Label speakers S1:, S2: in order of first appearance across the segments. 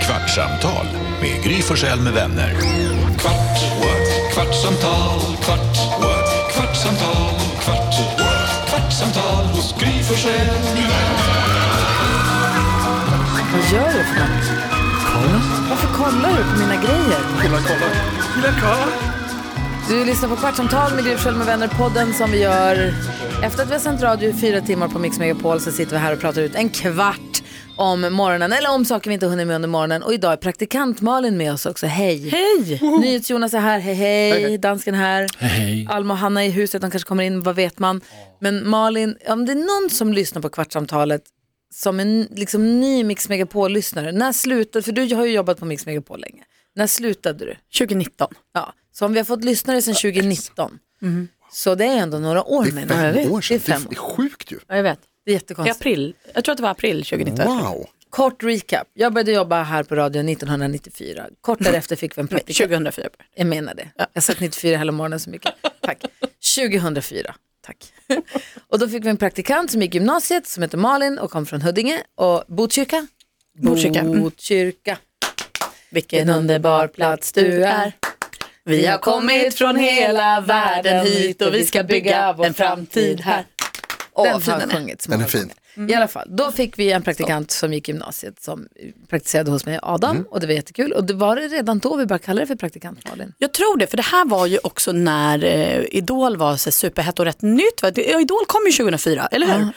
S1: Kvartsamtal med Gry Forssell med vänner. Kvart, what? kvartsamtal, kvart, what? kvartsamtal, kvart, what? kvartsamtal hos Gry Forssell med vänner.
S2: Vad gör du för något? Varför kollar du på mina grejer? Du lyssnar på Kvartsamtal med Gry Forssell med vänner, podden som vi gör efter att vi har sänt radio i fyra timmar på Mix Megapol så sitter vi här och pratar ut en kvart om morgonen eller om saker vi inte hunnit med under morgonen och idag är praktikant Malin med oss också. Hej! Hej! NyhetsJonas är här, hej hej! Dansken här.
S3: Hej.
S2: Alma och Hanna är i huset, de kanske kommer in, vad vet man. Men Malin, om det är någon som lyssnar på Kvartsamtalet som en liksom, ny Mix Megapol-lyssnare, när slutade, för du har ju jobbat på Mix Megapol länge, när slutade du?
S4: 2019.
S2: Ja, så om vi har fått lyssnare sedan 2019,
S4: Mhm.
S2: så det är ändå några år med
S5: Det är fem år
S2: Det är
S5: sedan.
S2: fem år.
S5: sjukt ju.
S4: Ja, jag vet.
S2: Det är
S4: I
S2: jättekonstigt.
S4: april. Jag tror att det var april 2019.
S6: Alltså,
S5: Wow.
S2: Kort recap. Jag började jobba här på radion 1994. Kort därefter fick vi en
S4: Nej,
S2: praktikant.
S4: 2004.
S2: Jag menar det. Jag har sett 94 hela morgonen så mycket. Tack. 2004. Tack. Och då fick vi en praktikant som gick gymnasiet som heter Malin och kom från Huddinge och Botkyrka.
S4: Botkyrka. Mm.
S2: Botkyrka.
S4: Vilken underbar plats du är. Vi har kommit från hela världen hit och vi ska bygga en framtid här. Åh,
S2: Den
S4: vad fin
S2: har
S4: den är.
S2: sjungits
S5: Den är
S2: många
S5: fin.
S2: I alla fall, då fick vi en praktikant som gick gymnasiet som praktiserade hos mig, Adam,
S5: Mm.
S2: och det var jättekul. Och det var det redan då vi bara kallade det för praktikant Malin.
S4: Jag tror det, för det här var ju också när eh, Idol var så här superhett och rätt nytt. Va? Det- Ja, Idol kom ju 2004, eller hur?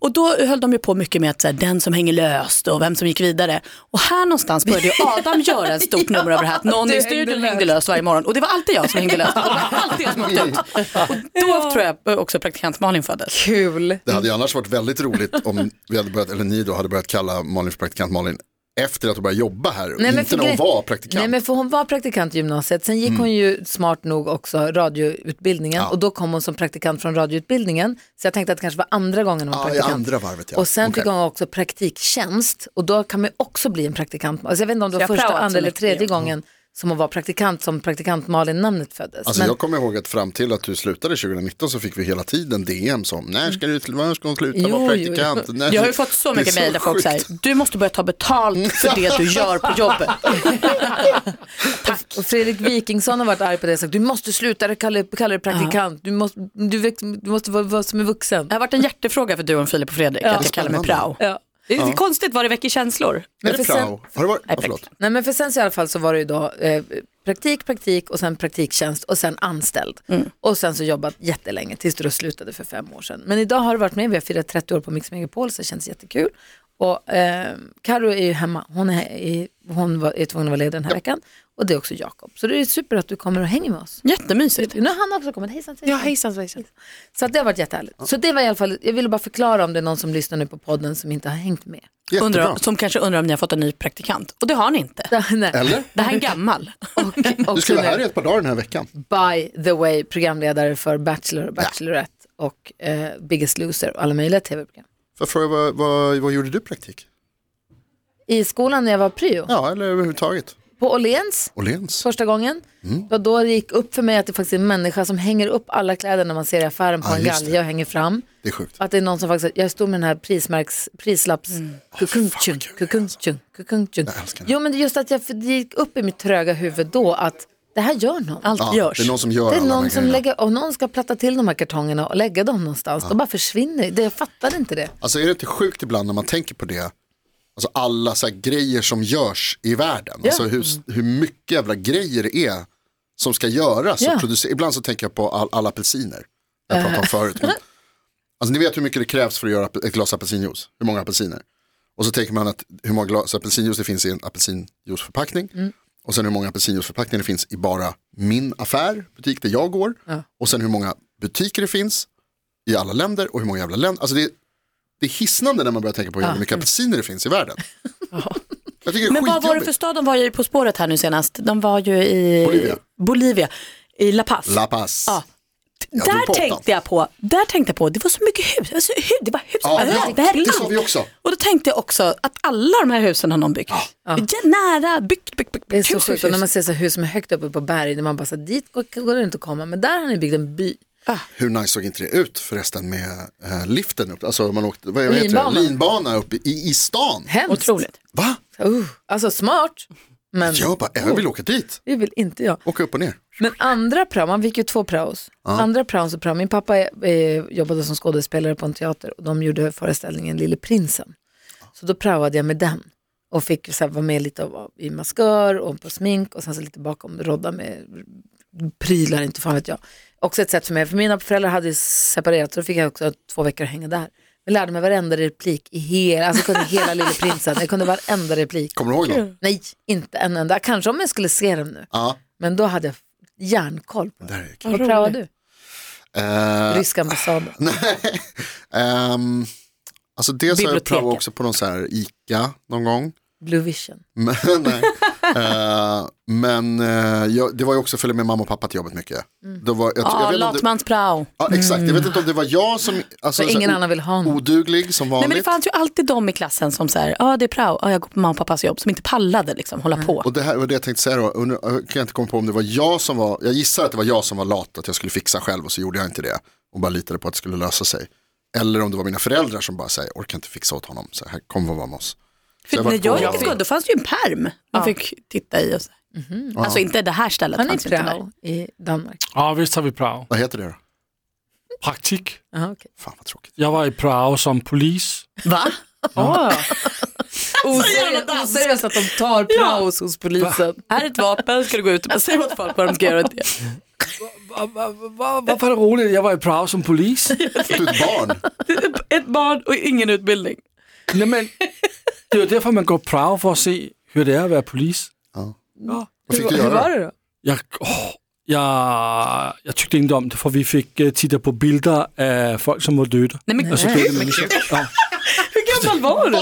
S4: Och då höll de ju på mycket med att så här, den som hänger löst och vem som gick vidare. Och här någonstans började ju Adam göra ett stort nummer av det här att någon
S2: du
S4: i
S2: hängde
S4: studion
S2: löst.
S4: hängde löst varje morgon. Och det var alltid jag som hängde löst. Och det var alltid jag som åkte ut. Och då tror jag också praktikant Malin föddes.
S2: Kul!
S5: Det hade ju annars varit väldigt roligt om vi hade börjat, eller ni då hade börjat kalla Malin för praktikant Malin efter att hon började jobba här. och inte när hon var praktikant. Mm.
S2: Nej men för hon var praktikant i gymnasiet, sen gick hon ju smart nog också radioutbildningen och då kom hon som praktikant från radioutbildningen. Så jag tänkte att det kanske var andra gången hon var
S5: Ja, i
S2: praktikant.
S5: andra varvet, ja.
S2: Och sen
S5: Okej.
S2: fick hon också praktiktjänst och då kan man ju också bli en praktikant. Alltså jag vet inte om det var
S4: jag har
S2: första,
S4: praoat så
S2: andra eller
S4: mycket,
S2: tredje
S5: Mm.
S4: ja.
S2: gången som hon var praktikant, som praktikant Malin-namnet föddes.
S5: Alltså
S2: Men-
S5: jag kommer ihåg att fram till att du slutade 2019 så fick vi hela tiden DM som när ska, du, när ska hon sluta
S2: Jo,
S5: vara
S2: jo, jo.
S5: praktikant? Nej,
S4: Jag har ju fått så
S5: det är
S4: mycket mejl där folk
S5: sjukt.
S4: säger, du måste börja ta betalt för det du gör på jobbet.
S2: Och Fredrik Wikingsson har varit arg på det och sagt du måste sluta kalla, kalla dig praktikant, du måste, du, väx- du måste vara, vara som en vuxen.
S4: Det har varit en hjärtefråga för duon Filip och Fredrik, att jag kallar mig prao.
S2: Ja.
S4: Det är lite konstigt vad det väcker känslor.
S5: Är
S2: för
S5: det
S2: sen-
S5: prao? Har det varit?
S4: Nej,
S5: Ja, förlåt.
S2: Nej men för sen så i alla fall så var det ju då eh, praktik, praktik och sen praktiktjänst och sen anställd.
S5: Mm.
S2: Och sen så jobbat jättelänge tills du då slutade för fem år sedan. Men idag har du varit med, vi har firat 30 år på Mix Megapol så det känns jättekul. Och eh, Karo är ju hemma, hon är, i, hon var, är tvungen att vara ledig den här veckan. Och det är också Jakob. Så det är super att du kommer och hänger med oss.
S4: Jättemysigt.
S2: Nu har han också kommit, hejsan hejsan.
S4: hejsan svejsan.
S2: Så att det har varit jättehärligt. Så det var i alla fall, jag ville bara förklara om det är någon som lyssnar nu på podden som inte har hängt med.
S5: Jättebra.
S4: Undrar, som kanske undrar om ni har fått en ny praktikant. Och det har ni inte.
S2: Nej.
S5: Eller?
S4: Det här är en gammal.
S2: Och,
S5: Du
S2: och
S5: ska vara här i
S2: nu,
S5: ett par dagar den här veckan.
S2: by the way, programledare för Bachelor och Bachelorette och eh, Biggest Loser och alla möjliga tv-program.
S5: För jag fråga, vad, vad, vad gjorde du praktik?
S2: I skolan när jag var pryo,
S5: Ja, eller överhuvudtaget.
S2: på Åhléns
S5: Åhléns?
S2: första gången,
S5: Mm.
S2: det var då det gick upp för mig att det faktiskt är en människa som hänger upp alla kläder när man ser i affären på
S5: Ja,
S2: en
S5: just
S2: galge och hänger fram.
S5: Det är sjukt.
S2: Att det är någon som faktiskt, jag stod med den här prismärks, prislapps,
S5: Mm.
S2: kukungtjung, kukungtjung, kukungtjung.
S5: älskar det.
S2: Jo men det är just att jag, för det gick upp i mitt tröga huvud då att det här gör någon.
S4: Allt
S5: Ja,
S4: görs.
S5: det är någon som gör
S2: Det är
S5: alla de här
S2: någon som
S5: grejerna.
S2: lägger, och någon ska platta till de här kartongerna och lägga dem någonstans. De bara försvinner. Det, jag fattade inte det.
S5: Alltså är det inte sjukt ibland när man tänker på det? Alltså alla så här grejer som görs i världen. Alltså hur, hur mycket jävla grejer det är som ska göras.
S2: Ja.
S5: Och producer- ibland så tänker jag på all, alla apelsiner. Jag pratade om förut. Men, alltså ni vet hur mycket det krävs för att göra ape- ett glas apelsinjuice. Hur många apelsiner. Och så tänker man att hur många glas apelsinjuice det finns i en apelsinjuiceförpackning. Och sen hur många apelsinjuiceförpackningar det finns i bara min affär, butik där jag går. Och sen hur många butiker det finns i alla länder och hur många jävla länder. Alltså det är, det är hisnande när man börjar tänka på hur mycket apelsiner det finns i världen. Jag tycker det är
S4: Men vad var det
S5: skitjobbigt.
S4: för stad de var i På spåret här nu senast? De var ju i
S5: Bolivia.
S4: Bolivia. I La Paz.
S5: La Paz.
S4: Ja.
S5: drog på
S4: Där
S5: åttan.
S4: tänkte jag på, där tänkte jag på, det var så mycket hus, alltså, hus det var hus
S5: Ja,
S4: överallt.
S5: ja,
S4: det här
S5: det
S4: är
S5: sa
S4: land.
S5: vi också.
S4: Och då tänkte jag också att alla de här husen har någon byggt. Ja, Nära, byggt, byggt, byggt.
S2: Det är så
S4: hus,
S2: sjukt.
S4: hus,
S2: Och när
S4: hus.
S2: man ser så här hus som är högt uppe på berg, där man bara så här, dit går, går det inte att komma. Men där har ni byggt en by.
S5: Hur nice såg inte det ut förresten med eh, liften upp? Alltså man åkte, vad vad heter
S2: Linbana.
S5: det? Linbana upp i, i stan.
S2: Hemskt.
S4: Otroligt.
S5: Va?
S2: Uh, alltså smart, men Oh,
S5: Jag bara, jag vill
S4: Oh.
S5: åka dit.
S2: det vill inte jag.
S5: Åka upp och ner.
S2: Men andra prao, man fick ju två praos. Andra praos och prao, min pappa eh, jobbade som skådespelare på en teater och de gjorde föreställningen Lille Prinsen. Så då praoade jag med den och fick så här, vara med lite av, i maskör och på smink och sen så lite bakom rodda med prylar, inte fan vet jag. Också ett sätt för mig, för mina föräldrar hade ju separerat så då fick jag också två veckor att hänga där. Jag lärde mig varenda replik i hela, alltså jag kunde hela Lille Prinsen, jag kunde varenda replik.
S5: Kommer du ihåg någon?
S2: Nej, inte en enda, kanske om jag skulle se den nu.
S5: Ja.
S2: Men då hade jag järnkoll på det.
S5: Där är det.
S2: Vad praoade du?
S5: Eh,
S2: Ryska ambassaden.
S5: nej. Ehm, alltså dels har jag
S4: Biblioteket.
S5: provat också på någon så här ICA någon gång.
S2: Blue Vision.
S5: Men, nej. Eh, men eh, jag, det var ju också att följa med mamma och pappa till jobbet mycket. Då var, jag, jag
S4: Mm. Ja,
S5: vet inte om det,
S4: latmansprao.
S5: ja, exakt, jag vet inte om det var jag som, alltså,
S2: För
S5: så här,
S2: ingen
S5: o-
S2: annan vill ha någon.
S5: oduglig som
S4: Nej,
S5: vanligt.
S4: men det fanns ju alltid de i klassen som så här, ja det är prao, ja, jag går på mamma och pappas jobb, som inte pallade liksom hålla på.
S5: Och det här var det jag tänkte säga då, Undrar- jag kan inte komma på om det var jag som var, jag gissar att det var jag som var lat, att jag skulle fixa själv och så gjorde jag inte det. Och bara litade på att det skulle lösa sig. Eller om det var mina föräldrar som bara säger, orkar inte fixa åt honom, så här, kom och var med oss. Så
S4: För
S5: var
S4: när jag
S5: på-
S4: gick i skolan, då fanns det ju en perm man fick titta i. Och så. Alltså inte det här stället
S2: Har ni
S4: fanns ju inte där.
S2: prao i Danmark?
S3: Ja, visst har vi prao.
S5: Vad heter det då?
S3: Praktik.
S2: Aha, okay.
S5: Fan vad tråkigt.
S3: Jag var i prao som polis.
S4: Va?
S2: Oseriöst att de tar praos hos polisen.
S4: Här är ett vapen, ska du gå ut och bara säga åt folk vad de ska göra åt det.
S3: Varför är det roligt? Jag var i prao som polis.
S5: För att Du är ett barn,
S4: Ett barn och ingen utbildning.
S3: Nej, men, det är ju därför man går prao för att se hur det är att vara polis.
S5: vad fick du
S2: Hur var
S5: göra?
S2: det då?
S3: Jag, åh, jag, jag tyckte inte om det för vi fick eh, titta på bilder av folk som var döda.
S4: Nej, men,
S3: Och så döda människor. Ja,
S4: hur gammal var du?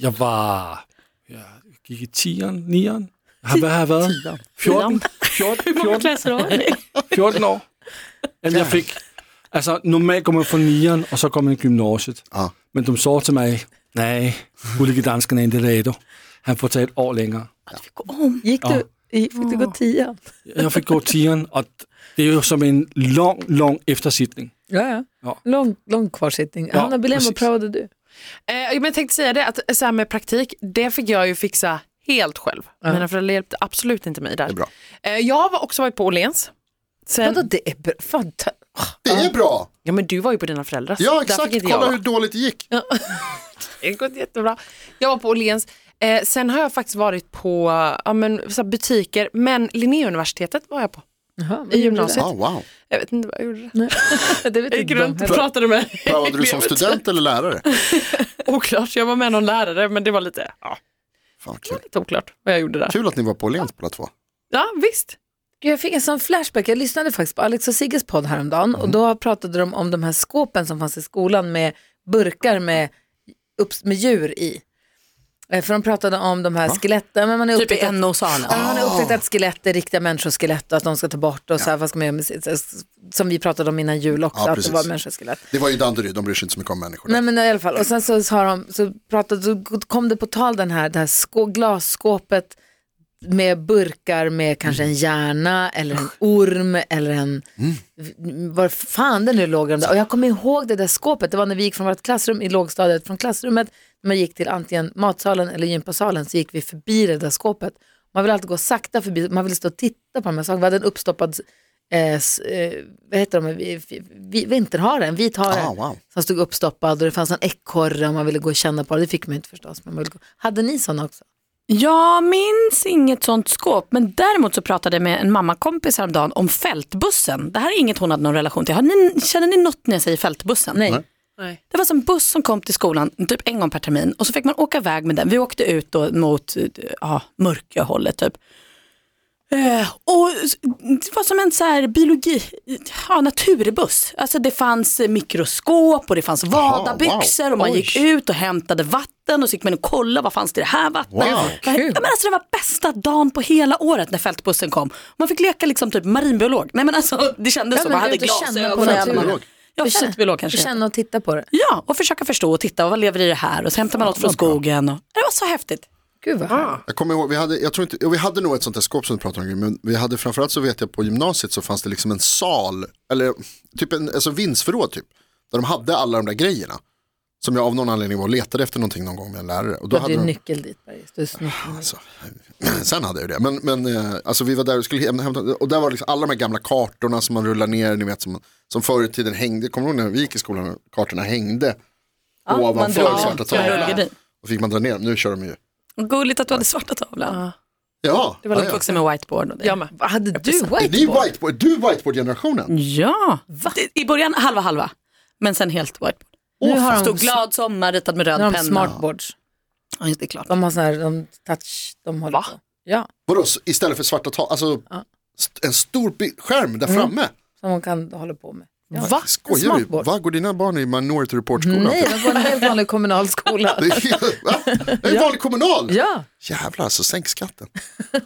S3: jag var, jag gick i tian, nian. Jag har, vad har jag varit? 14, 14,
S4: Hur många
S3: 14,
S4: klasser har du?
S3: 14 år. Eller jag fick, alltså normalt går man från nian och så går man i gymnasiet.
S5: Ja.
S3: Men de sa till mig, nej, olika danskarna är inte redo. Han får ta ett år längre.
S2: Gick du, gick, fick du gå tian?
S3: Jag fick gå tian och det är ju som en lång, lång eftersittning.
S2: Ja, ja.
S3: Ja.
S2: Lång, lång kvarsittning.
S3: Ja,
S2: Hanna Billén, vad
S3: precis.
S2: praoade du?
S7: Eh, men jag tänkte säga det, att så här med praktik, det fick jag ju fixa helt själv. Mina föräldrar hjälpte absolut inte mig
S5: Det är
S7: där.
S5: bra.
S7: Eh, jag var också varit på Åhléns. Sen,
S2: Vadå, det är bra. Fan, ta-
S5: Det är bra!
S7: ja men du var ju på dina föräldrars.
S5: Ja
S7: Där fick
S5: exakt,
S7: inte jag
S5: kolla
S7: vara.
S5: hur dåligt det gick.
S7: Det har gått jättebra. Jag var på Åhléns. Eh, sen har jag faktiskt varit på ja, men, så här butiker, men Linnéuniversitetet var jag på.
S2: Jaha, vad
S7: I
S2: gjorde
S7: gymnasiet.
S5: Ah, wow.
S7: Jag vet inte vad jag gjorde.
S2: du där? Det vet
S7: Jag
S2: inte
S7: gick
S2: de
S7: runt och
S2: heller.
S7: pratade med
S5: Prövade du som student eller lärare?
S7: Oklart, jag var med någon lärare men det var lite, ja,
S5: Fan, vad kul.
S7: lite oklart vad jag gjorde där.
S5: kul att ni var på Åhléns båda två.
S7: Ja visst.
S2: Gud, Jag fick en sån flashback. Jag lyssnade faktiskt på Alex och Sigges podd häromdagen och då pratade de om de här skåpen som fanns i skolan med burkar med, upps- med djur i. Eh, För de pratade om de här skeletten. Men man är
S4: Typ
S2: upptäckt
S4: i
S2: att-
S4: NO-salen.
S2: Ja, man har upptäckt att skelett är riktiga människoskelett och att de ska ta bort och så här, vad ska man göra med, sitt- som vi pratade om innan jul också,
S5: Ja,
S2: att det
S5: precis.
S2: var människoskelett.
S5: Det var ju Danderyd, de bryr sig inte så mycket om människor.
S2: Nej men i alla fall, och sen så, har de, så, pratade, så kom det på tal den här, det här skå, glasskåpet med burkar med kanske en hjärna eller en orm eller en, var fan det nu låg de där. Och jag kommer ihåg det där skåpet, det var när vi gick från vårt klassrum i lågstadiet, från klassrummet, när man gick till antingen matsalen eller gympasalen så gick vi förbi det där skåpet. Man vill alltid gå sakta förbi, man vill stå och titta på de här sakerna. Vi hade en uppstoppad, eh, s- eh, vad heter de, vi, vi, vinterhare, en vit hare
S5: Ah, wow.
S2: som stod uppstoppad och det fanns en ekorre om man ville gå och känna på det. Det fick man ju inte förstås. Men man ville gå. Hade ni sådana också?
S4: Jag minns inget sånt skåp, men däremot så pratade jag med en mammakompis häromdagen om fältbussen. Det här är inget hon hade någon relation till. Har ni, känner ni något när jag säger fältbussen?
S2: Nej.
S7: Nej.
S4: Det var som en buss som kom till skolan typ en gång per termin och så fick man åka iväg med den. Vi åkte ut då mot eh, ja, Mörköhållet typ. Eh, och s- det var som en så här biologi, ja, naturbuss. Alltså det fanns eh, mikroskop och det fanns vadarbyxor och man
S5: Oj.
S4: gick ut och hämtade vatten och så gick man och kollade vad fanns det i det här vattnet.
S5: Wow.
S4: Ja, men alltså, det var bästa dagen på hela året när fältbussen kom. Man fick leka liksom typ marinbiolog. Nej men alltså det kändes
S2: Ja,
S4: som
S2: men
S4: man hade
S2: ut och känna på
S4: glasögon.
S2: naturen.
S4: Ja,
S2: För känna-
S4: fältbiolog kanske.
S2: Känna och titta på det.
S4: Ja, och försöka förstå och titta, och vad lever i det här? Och så hämtar man något från skogen. Och... Det var så häftigt.
S2: Gud vad härligt.
S5: Jag kommer ihåg, vi hade, jag tror inte, jo, vi hade nog ett sånt där skåp som du pratade om, men vi hade framförallt så vet jag på gymnasiet så fanns det liksom en sal, eller typ en alltså vindsförråd typ, där de hade alla de där grejerna. Som jag av någon anledning var och letade efter någonting någon gång med en lärare. Och då
S2: Du hade ju
S5: de-
S2: nyckel dit Bergis. Du är snoppen.
S5: Alltså, sen hade jag ju det. Men, men eh, alltså, vi var där och skulle hem- hämta, och där var liksom alla de här gamla kartorna som man rullar ner, ni vet som, som förr i tiden hängde, kommer du ihåg när vi gick i skolan och kartorna hängde
S4: man
S5: ovanför
S4: drog
S5: svarta
S4: dem till en
S5: tavlan?
S4: rullgardin.
S5: Och fick man dra ner dem, nu kör de ju.
S4: Gulligt att du hade svarta tavlan.
S5: Ja,
S4: Det var
S5: ja,
S4: uppvuxen med whiteboard och det.
S7: Jag med.
S2: Vad Hade du
S5: ja. Är ni
S2: whiteboard?
S5: whiteboard, du
S4: Mm.
S5: whiteboard-generationen?
S4: Ja, Det- i början halva halva, men sen helt whiteboard.
S2: Nu har de-
S4: Stod glad sommar ritad med
S2: Nu
S4: röd
S2: har de
S4: penna.
S2: smartboards.
S4: Ja, just det är klart.
S2: De har sån här, de touch, de håller
S7: Va?
S2: på. Ja,
S5: Vadå, så istället för svarta tavlor, alltså st- en stor bi- skärm där framme?
S2: som man kan hålla på med. Ja.
S5: Va? Skojar du?
S2: Ah, Smartboard.
S5: Va, går dina barn i Minority Report-skolan?
S2: Nej, de går en helt vanlig kommunal skola.
S5: Det är, helt- va? Det är en vanlig kommunal?
S2: Ja,
S5: Jävlar, alltså sänk skatten.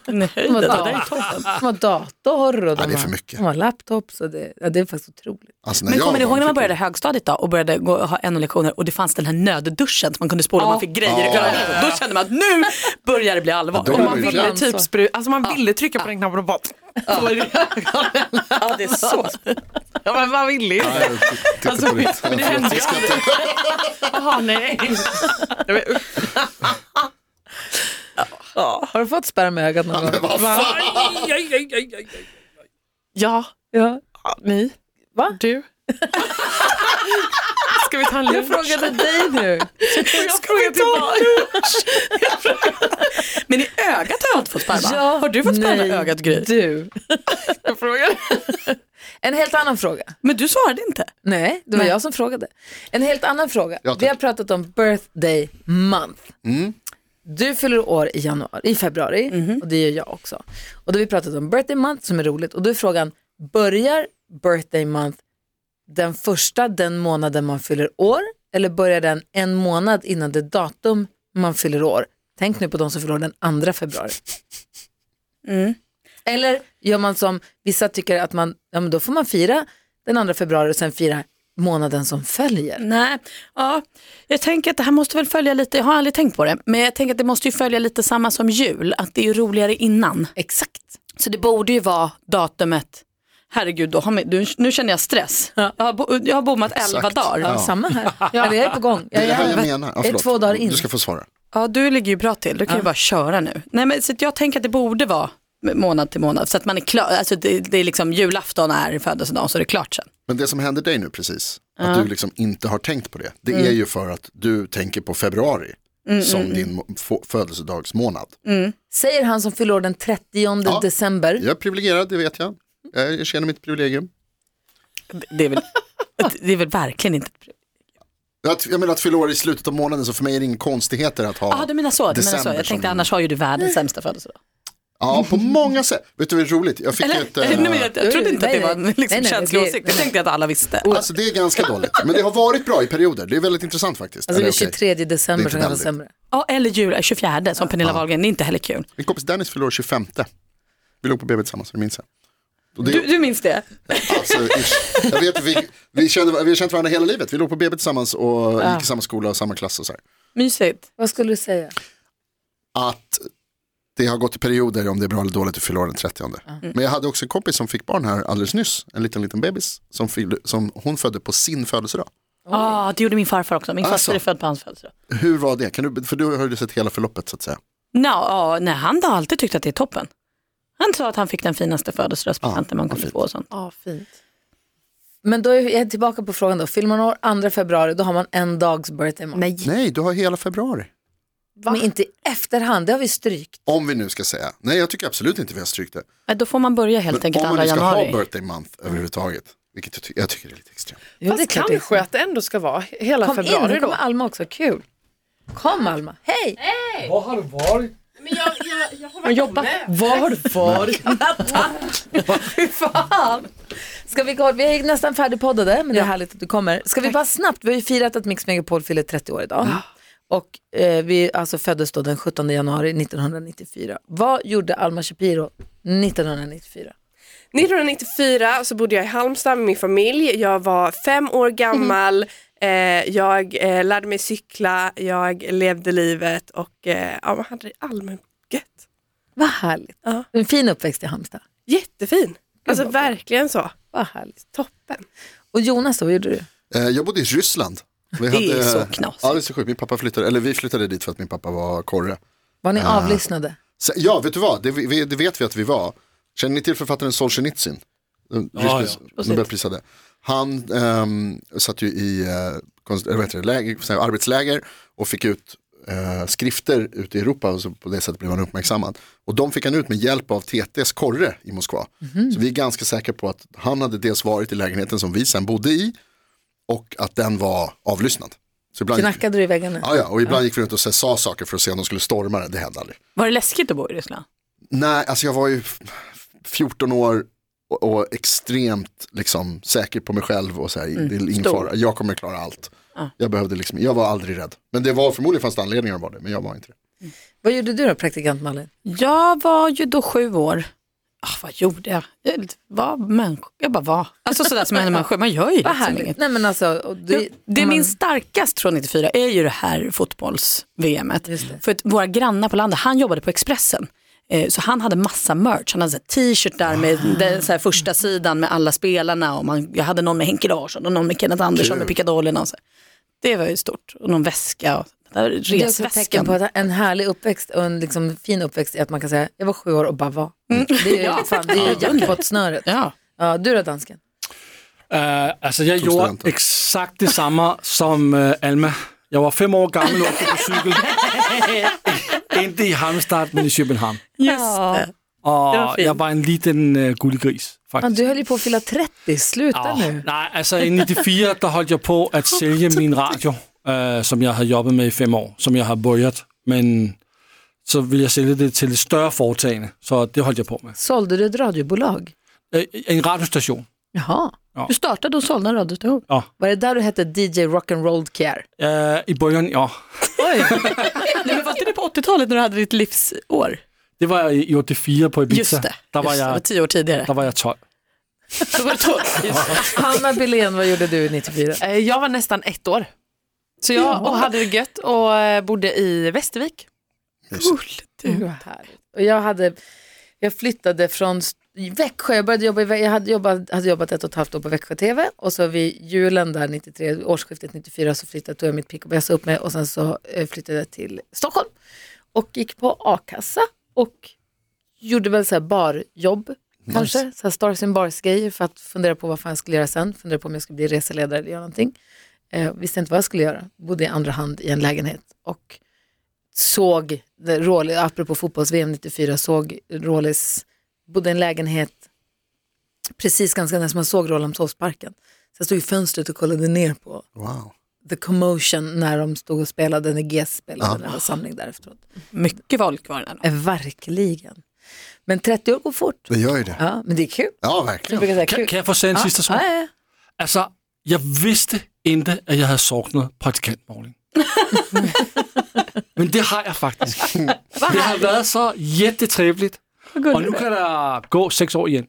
S4: Nej, det
S2: de har,
S4: där är
S2: dator, de har dator och de,
S5: Ja, det är för
S2: har,
S5: mycket.
S2: de har laptops. Och det, ja, det är faktiskt otroligt.
S5: Alltså,
S4: Men
S5: jag
S4: kommer ni
S5: var-
S4: ihåg när man började högstadiet då och började gå, ha NO-lektioner och det fanns den här nödduschen som man kunde spola om man fick grejer i kläderna. Då kände man att nu börjar det bli allvar.
S5: Ja, då-
S7: Och man
S5: Ja,
S7: ville
S2: ibland
S7: typ
S2: så.
S7: spru- alltså man ville trycka på den knappen och bara...
S4: Ja, det är så.
S7: Ja, men man ville ju.
S5: Nej, jag tittar på ditt-
S7: men det hände ju aldrig. Jaha, nej. Nej, men usch.
S2: Har du fått sperma i ögat någon gång?
S7: Ja,
S2: Ja.
S7: ni.
S2: Va?
S7: Du. Ska vi ta en
S2: Jag
S7: lunch?
S2: frågade dig nu.
S4: Ska vi ta Men i ögat har jag inte fått sperma.
S2: Ja,
S4: har du fått sperma
S2: nej,
S4: i ögat Gry?
S2: Du.
S7: Jag frågar.
S2: En helt annan fråga.
S4: Men du svarade inte.
S2: Nej, det var
S4: Nej.
S2: jag som frågade. En helt annan fråga.
S5: Ja, tack. Mm.
S2: Vi har pratat om birthday month. Du fyller år i, januari, i februari och det gör jag också. Och då har vi pratat om birthday month som är roligt och då är frågan, börjar birthday month den första, den månaden man fyller år eller börjar den en månad innan det datum man fyller år? Tänk nu på de som fyller år den 2 februari. Eller gör man som vissa tycker att man, ja men då får man fira den 2 februari och sen fira månaden som följer.
S4: Nej, ja, jag tänker att det här måste väl följa lite, jag har aldrig tänkt på det, men jag tänker att det måste ju följa lite samma som jul, att det är ju roligare innan.
S2: Exakt.
S4: Så det borde ju vara datumet, herregud, då har man, du, nu känner jag stress. Jag har, bo, jag har bommat 11
S5: Exakt.
S4: dagar.
S2: Ja.
S4: Ja.
S2: Samma här. Eller jag är på gång.
S5: Det är
S2: Jag
S5: det här jag
S2: är,
S5: menar. Ja,
S2: jag är
S5: förlåt.
S2: två dagar in.
S5: Du ska få svara.
S4: du ligger ju bra till, du kan ju bara köra nu. Nej, men, så att jag tänker att det borde vara månad till månad, så att man är klar, alltså det, det är liksom julafton är födelsedagen så är det klart sen.
S5: Men det som hände dig nu precis, att du liksom inte har tänkt på det, det är ju för att du tänker på februari som din mo- få- födelsedagsmånad.
S2: Säger han som fyller år den 30 december. alltså
S5: Jag är privilegierad, det vet jag. Jag jag känner mitt privilegium.
S4: Det är väl, det är väl verkligen inte
S5: Att, jag menar att fylla år i slutet av månaden, så för mig är det ingen konstigheter att ha.
S4: Jaha, Ah, du menar så. Du menar så.
S5: december
S4: Jag tänkte
S5: som-
S4: annars har ju du världens sämsta födelsedag.
S5: Ja, på många sätt. Vet du vad det är roligt? Jag fick
S4: Eller?
S5: ett... eh,
S4: Nej, men jag, jag trodde inte att det
S2: Nej,
S4: var en
S2: nej. Nej,
S4: liksom,
S2: nej,
S4: känslig
S2: det-
S4: åsikt. Jag tänkte att alla visste.
S5: Alltså det är ganska dåligt, men det har varit bra i perioder. Det är väldigt intressant faktiskt.
S2: Alltså det är
S5: Eller, okej.
S2: 23 december
S5: inte
S2: som kan vara
S5: väldigt.
S2: sämre.
S4: Ja, eller jul, 24 som Pernilla Wahlgren, det är inte heller kul.
S5: Min kompis Dennis fyller år 25. Vi låg på BB tillsammans, det minns jag. Och det-
S4: Du, du minns det?
S5: Alltså, ish. jag vet, vi, vi, kände, vi har känt varandra hela livet. Vi låg på BB tillsammans och gick i samma skola och samma klass och så här.
S4: Mysigt.
S2: Vad skulle du säga?
S5: Att det har gått i perioder om det är bra eller dåligt att fylla år den 30. Men jag hade också en kompis som fick barn här alldeles nyss, en liten liten bebis, som, fyllde, som hon födde på sin födelsedag.
S4: Ja, det gjorde min farfar också. Min
S5: Alltså.
S4: farfar är född på hans födelsedag.
S5: Hur var det? Kan du, för du har ju sett hela förloppet så att säga.
S4: No, ja, nej, han har alltid tyckt att det är toppen. Han sa att han fick den finaste födelsedagspresenten man kunde få och sånt.
S7: Ja, fint.
S2: Men då är jag tillbaka på frågan då. Fyller man år 2 februari då har man en dags birthday month.
S7: Nej.
S5: Nej, du har hela februari.
S2: Men inte i efterhand, det har vi strykt.
S5: Om vi nu ska säga, nej jag tycker absolut inte vi har strykt det.
S4: Nej, Då får man börja helt
S5: Men
S4: enkelt
S5: om man nu
S4: andra
S5: ska
S4: januari.
S5: ha birthday month överhuvudtaget, vilket jag, ty- jag tycker är lite extremt.
S2: Jo,
S7: Fast
S2: klart Alltså, det är
S7: kanske
S2: skönt.
S7: att det ändå ska vara hela
S2: Kom in,
S7: februari
S2: nu kommer
S7: då.
S2: Alma också. Kul. Kom Alma, hej!
S3: Var har du varit?
S4: Man jobbar.
S2: Var Fy fan. Ska vi gå? Vi är nästan färdigpoddade, men det är härligt att du kommer. Ska vi bara snabbt, vi har ju firat att Mix Megapol fyller 30 år idag. Och eh, vi alltså föddes då den 17 januari 1994. Vad gjorde Alma Shapiro 1994?
S8: 1994 så bodde jag i Halmstad med min familj. Jag var fem år gammal. Eh, jag eh, lärde mig cykla, jag levde livet och eh, ja, man hade det allmänt gött.
S2: Vad härligt.
S8: Ja.
S2: En fin uppväxt i Halmstad.
S8: Jättefin. Alltså verkligen så.
S2: Vad härligt.
S8: Toppen.
S2: Och Jonas då, vad gjorde du?
S5: Eh, Jag bodde i Ryssland Vi
S4: Det är så knasigt.
S5: Ja, det är så sjukt. Min pappa flyttade, eller vi flyttade dit för att min pappa var korre.
S2: Var ni
S3: Ah.
S2: avlyssnade?
S5: Sen, ja, vet du vad? Det, vi, det vet vi att vi var. Känner ni till författaren Solzhenitsyn? Mm, Den
S3: Ja,
S5: ryske Nobelprisade. Han ehm, satt ju i eh, konst, eller vad heter det, läger, så här, arbetsläger och fick ut eh, skrifter ute i Europa och så på det sättet blev han uppmärksammad. Och de fick han ut med hjälp av TTs korre i Moskva. Så vi är ganska säkra på att han hade dels varit i lägenheten som vi sen bodde i och att den var avlyssnad. Så ibland,
S2: Knackade du i väggarna?
S5: ja, ja, och ibland gick vi runt och så här sa saker för att se om de skulle storma det, det hände aldrig.
S4: Var det läskigt att bo i Ryssland?
S5: Nej, alltså jag var ju f- 14 år och, och extremt liksom, säker på mig själv och så här, det är ingen
S4: Stor.
S5: fara, jag kommer klara allt. Jag, behövde liksom, jag var aldrig rädd. Men det var förmodligen fanns det anledningar att vara det, men jag var inte det.
S2: Vad gjorde du då, praktikant Malin?
S4: Jag var ju då sju år. Ah, vad gjorde jag? Jag var människa. Jag bara var. Alltså sådär som en människa. Man gör ju
S2: Vad
S4: liksom
S2: härligt.
S4: inget.
S2: Nej men alltså, och
S4: Det,
S2: du,
S4: det är
S2: man-
S4: min starkast från 94 är ju det här fotbolls-VMet. För att våra grannar på landet, han jobbade på Expressen. Eh, Så han hade massa merch, han hade så här t-shirt där med
S2: Ah.
S4: den så här första sidan med alla spelarna. Och man, jag hade någon med Henke Larsson och någon med Kenneth Andersson med pickadollerna. Och så. här. Det var ju stort. Och någon väska, och den där
S2: det är också ett tecken
S4: resväskan.
S2: på att en härlig uppväxt och en liksom fin uppväxt är att man kan säga, jag var sju år och bara var. Det är ju fan, Mm. det är ju jackpot-snöret.
S4: Ja.
S2: Ja, du då dansken?
S3: Uh, altså, jeg gjorde
S5: studenter.
S3: exakt det samme som øh, Alma. Jeg var fem år gammel og åkte på cykel. Endte i Halmstad, men i København.
S2: Ja.
S3: Og jeg var en liten øh, gullegris,
S2: Ja,
S3: faktisk.
S2: du höll ju på att fylla 30, sluta
S3: Åh,
S2: nu.
S3: nej, altså i 94, der holdt jeg på at sælge min radio, øh, som jeg havde jobbet med i fem år, som jeg har bøjet, men så ville jeg sælge det til et større foretagende, så det holdt jeg på med.
S2: Sålde du ett radiobolag?
S3: Øh, en radiostation.
S2: Jaha.
S4: Du startade och sålde en radiostation.
S2: Var det där du hette DJ Rock'n'Roll Care?
S3: Øh, I bøjen, ja.
S4: Nej, men var inte det på 80-talet när du hade ditt livsår?
S3: Det var i i 84 på Ibiza.
S4: Just det,
S3: Der var,
S4: just, det
S3: jeg,
S4: var tio år tidigare.
S3: der var jeg 12.
S4: Då var det tolv. Just det.
S2: Hanna Billén, vad gjorde du i 94?
S7: Eh, Jag var nästan ett år. Så jag och hade det gött och eh, bodde i Västervik. Mm.
S2: Du var här. Och jag, hade, jag flyttade från S- Växjö, jag, började jobba i, Vä- jag hade, jobbat, hade jobbat ett och ett halvt år på Växjö TV och så vid julen där 93, årsskiftet 94 så flyttade tog jag mitt pick och bäsa upp mig och sen så eh, flyttade jag till Stockholm och gick på a-kassa och gjorde väl så här barjobb kanske, så här Stars and Bars grejer för att fundera på vad fan jag skulle göra sen, fundera på om jag skulle bli reseledare eller göra någonting. Eh, visste inte vad jag skulle göra, bodde i andra hand i en lägenhet och såg, det- Råle, apropå fotbolls-VM 94, såg Råles, bodde i en lägenhet precis ganska nära som man såg Rålambshovsparken. Så jag stod i fönstret och kollade ner på
S5: Wow.
S2: the commotion när de stod och spelade, när GES spelade, när det var samling där efteråt.
S4: Mycket folk var det där.
S2: Eh, Verkligen. Men 30 år går fort.
S5: Det gör ju det.
S2: Ja, men det är kul.
S5: Ja,
S2: Jag
S5: verkligen.
S2: brukar säga
S3: Kan,
S2: kul.
S3: kan jeg få sige en
S2: Ja,
S3: sidste smule?
S2: ja, ja.
S3: Altså, jeg vidste ikke, at jeg havde savnet praktikantmåling. Men det har jeg faktisk. det har været så jættetrivligt. Og nu kan der gå seks år igen.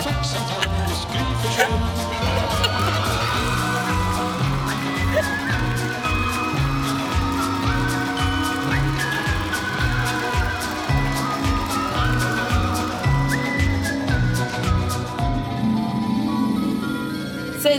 S1: Kvartsamtal hos Gry Forssell med vänner.
S2: Säg